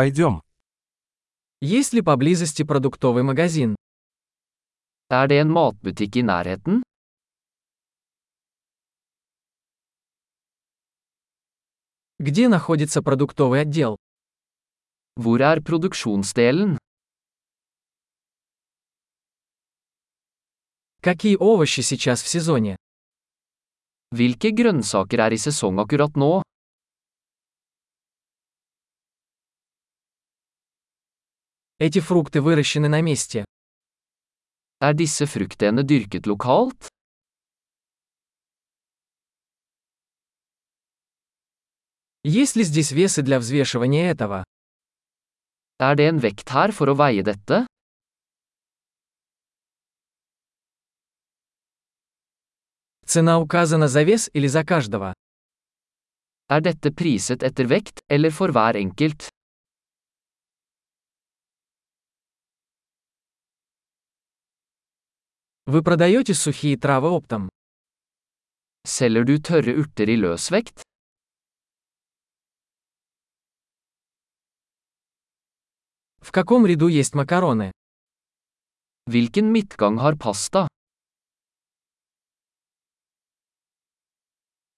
Пойдем. Есть ли поблизости продуктовый магазин? Er det en matbutikk i nærheten? Где находится продуктовый отдел? Hvor er produksjonsdelen? Какие овощи сейчас в сезоне? Hvilke grønnsaker er i sesong akkurat nå? Эти фрукты выращены на месте. Er disse fruktene dyrket lokalt? Есть ли здесь весы для взвешивания этого? Er det en vekt her for å veie dette? Цена указана за вес или за каждого? Er dette priset etter vekt, eller for hver enkelt? Вы продаете сухие травы оптом? Selger du tørre urter i løsvekt? В каком ряду есть макароны? Hvilken midtgang har pasta?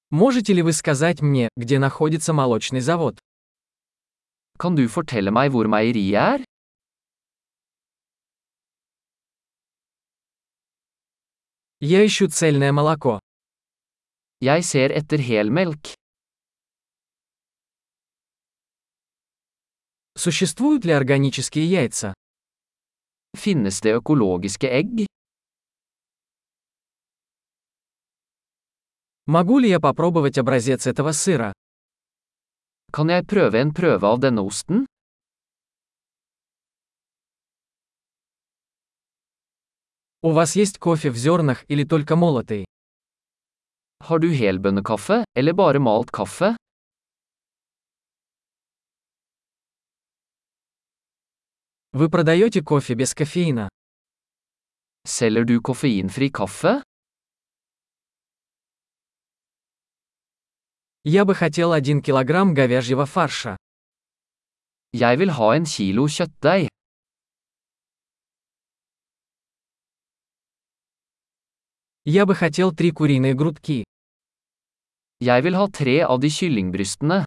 Можете ли вы сказать мне, где находится молочный завод? Kan du fortelle meg hvor meieriet er? Я ищу цельное молоко. Jeg ser etter helmelk. Существуют ли органические яйца? Finnes det økologiske egg? Могу ли я попробовать образец этого сыра? Kan jeg prøve en prøve av denne osten? У вас есть кофе в зернах или только молотый? Har du helbønnekaffe, eller bare malt kaffe? Вы продаете кофе без кофеина? Selger du koffeinfri kaffe? Я бы хотел 1 килограмм говяжьего фарша. Jeg vil ha en kilo kjøttdeig. Я бы хотел 3 куриные грудки. Jeg vil ha tre av de kyllingbrystene.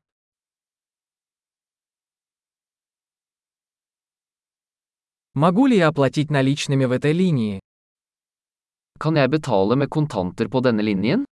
Могу ли я оплатить наличными в этой линии? Kan jeg betale med kontanter på denne linjen?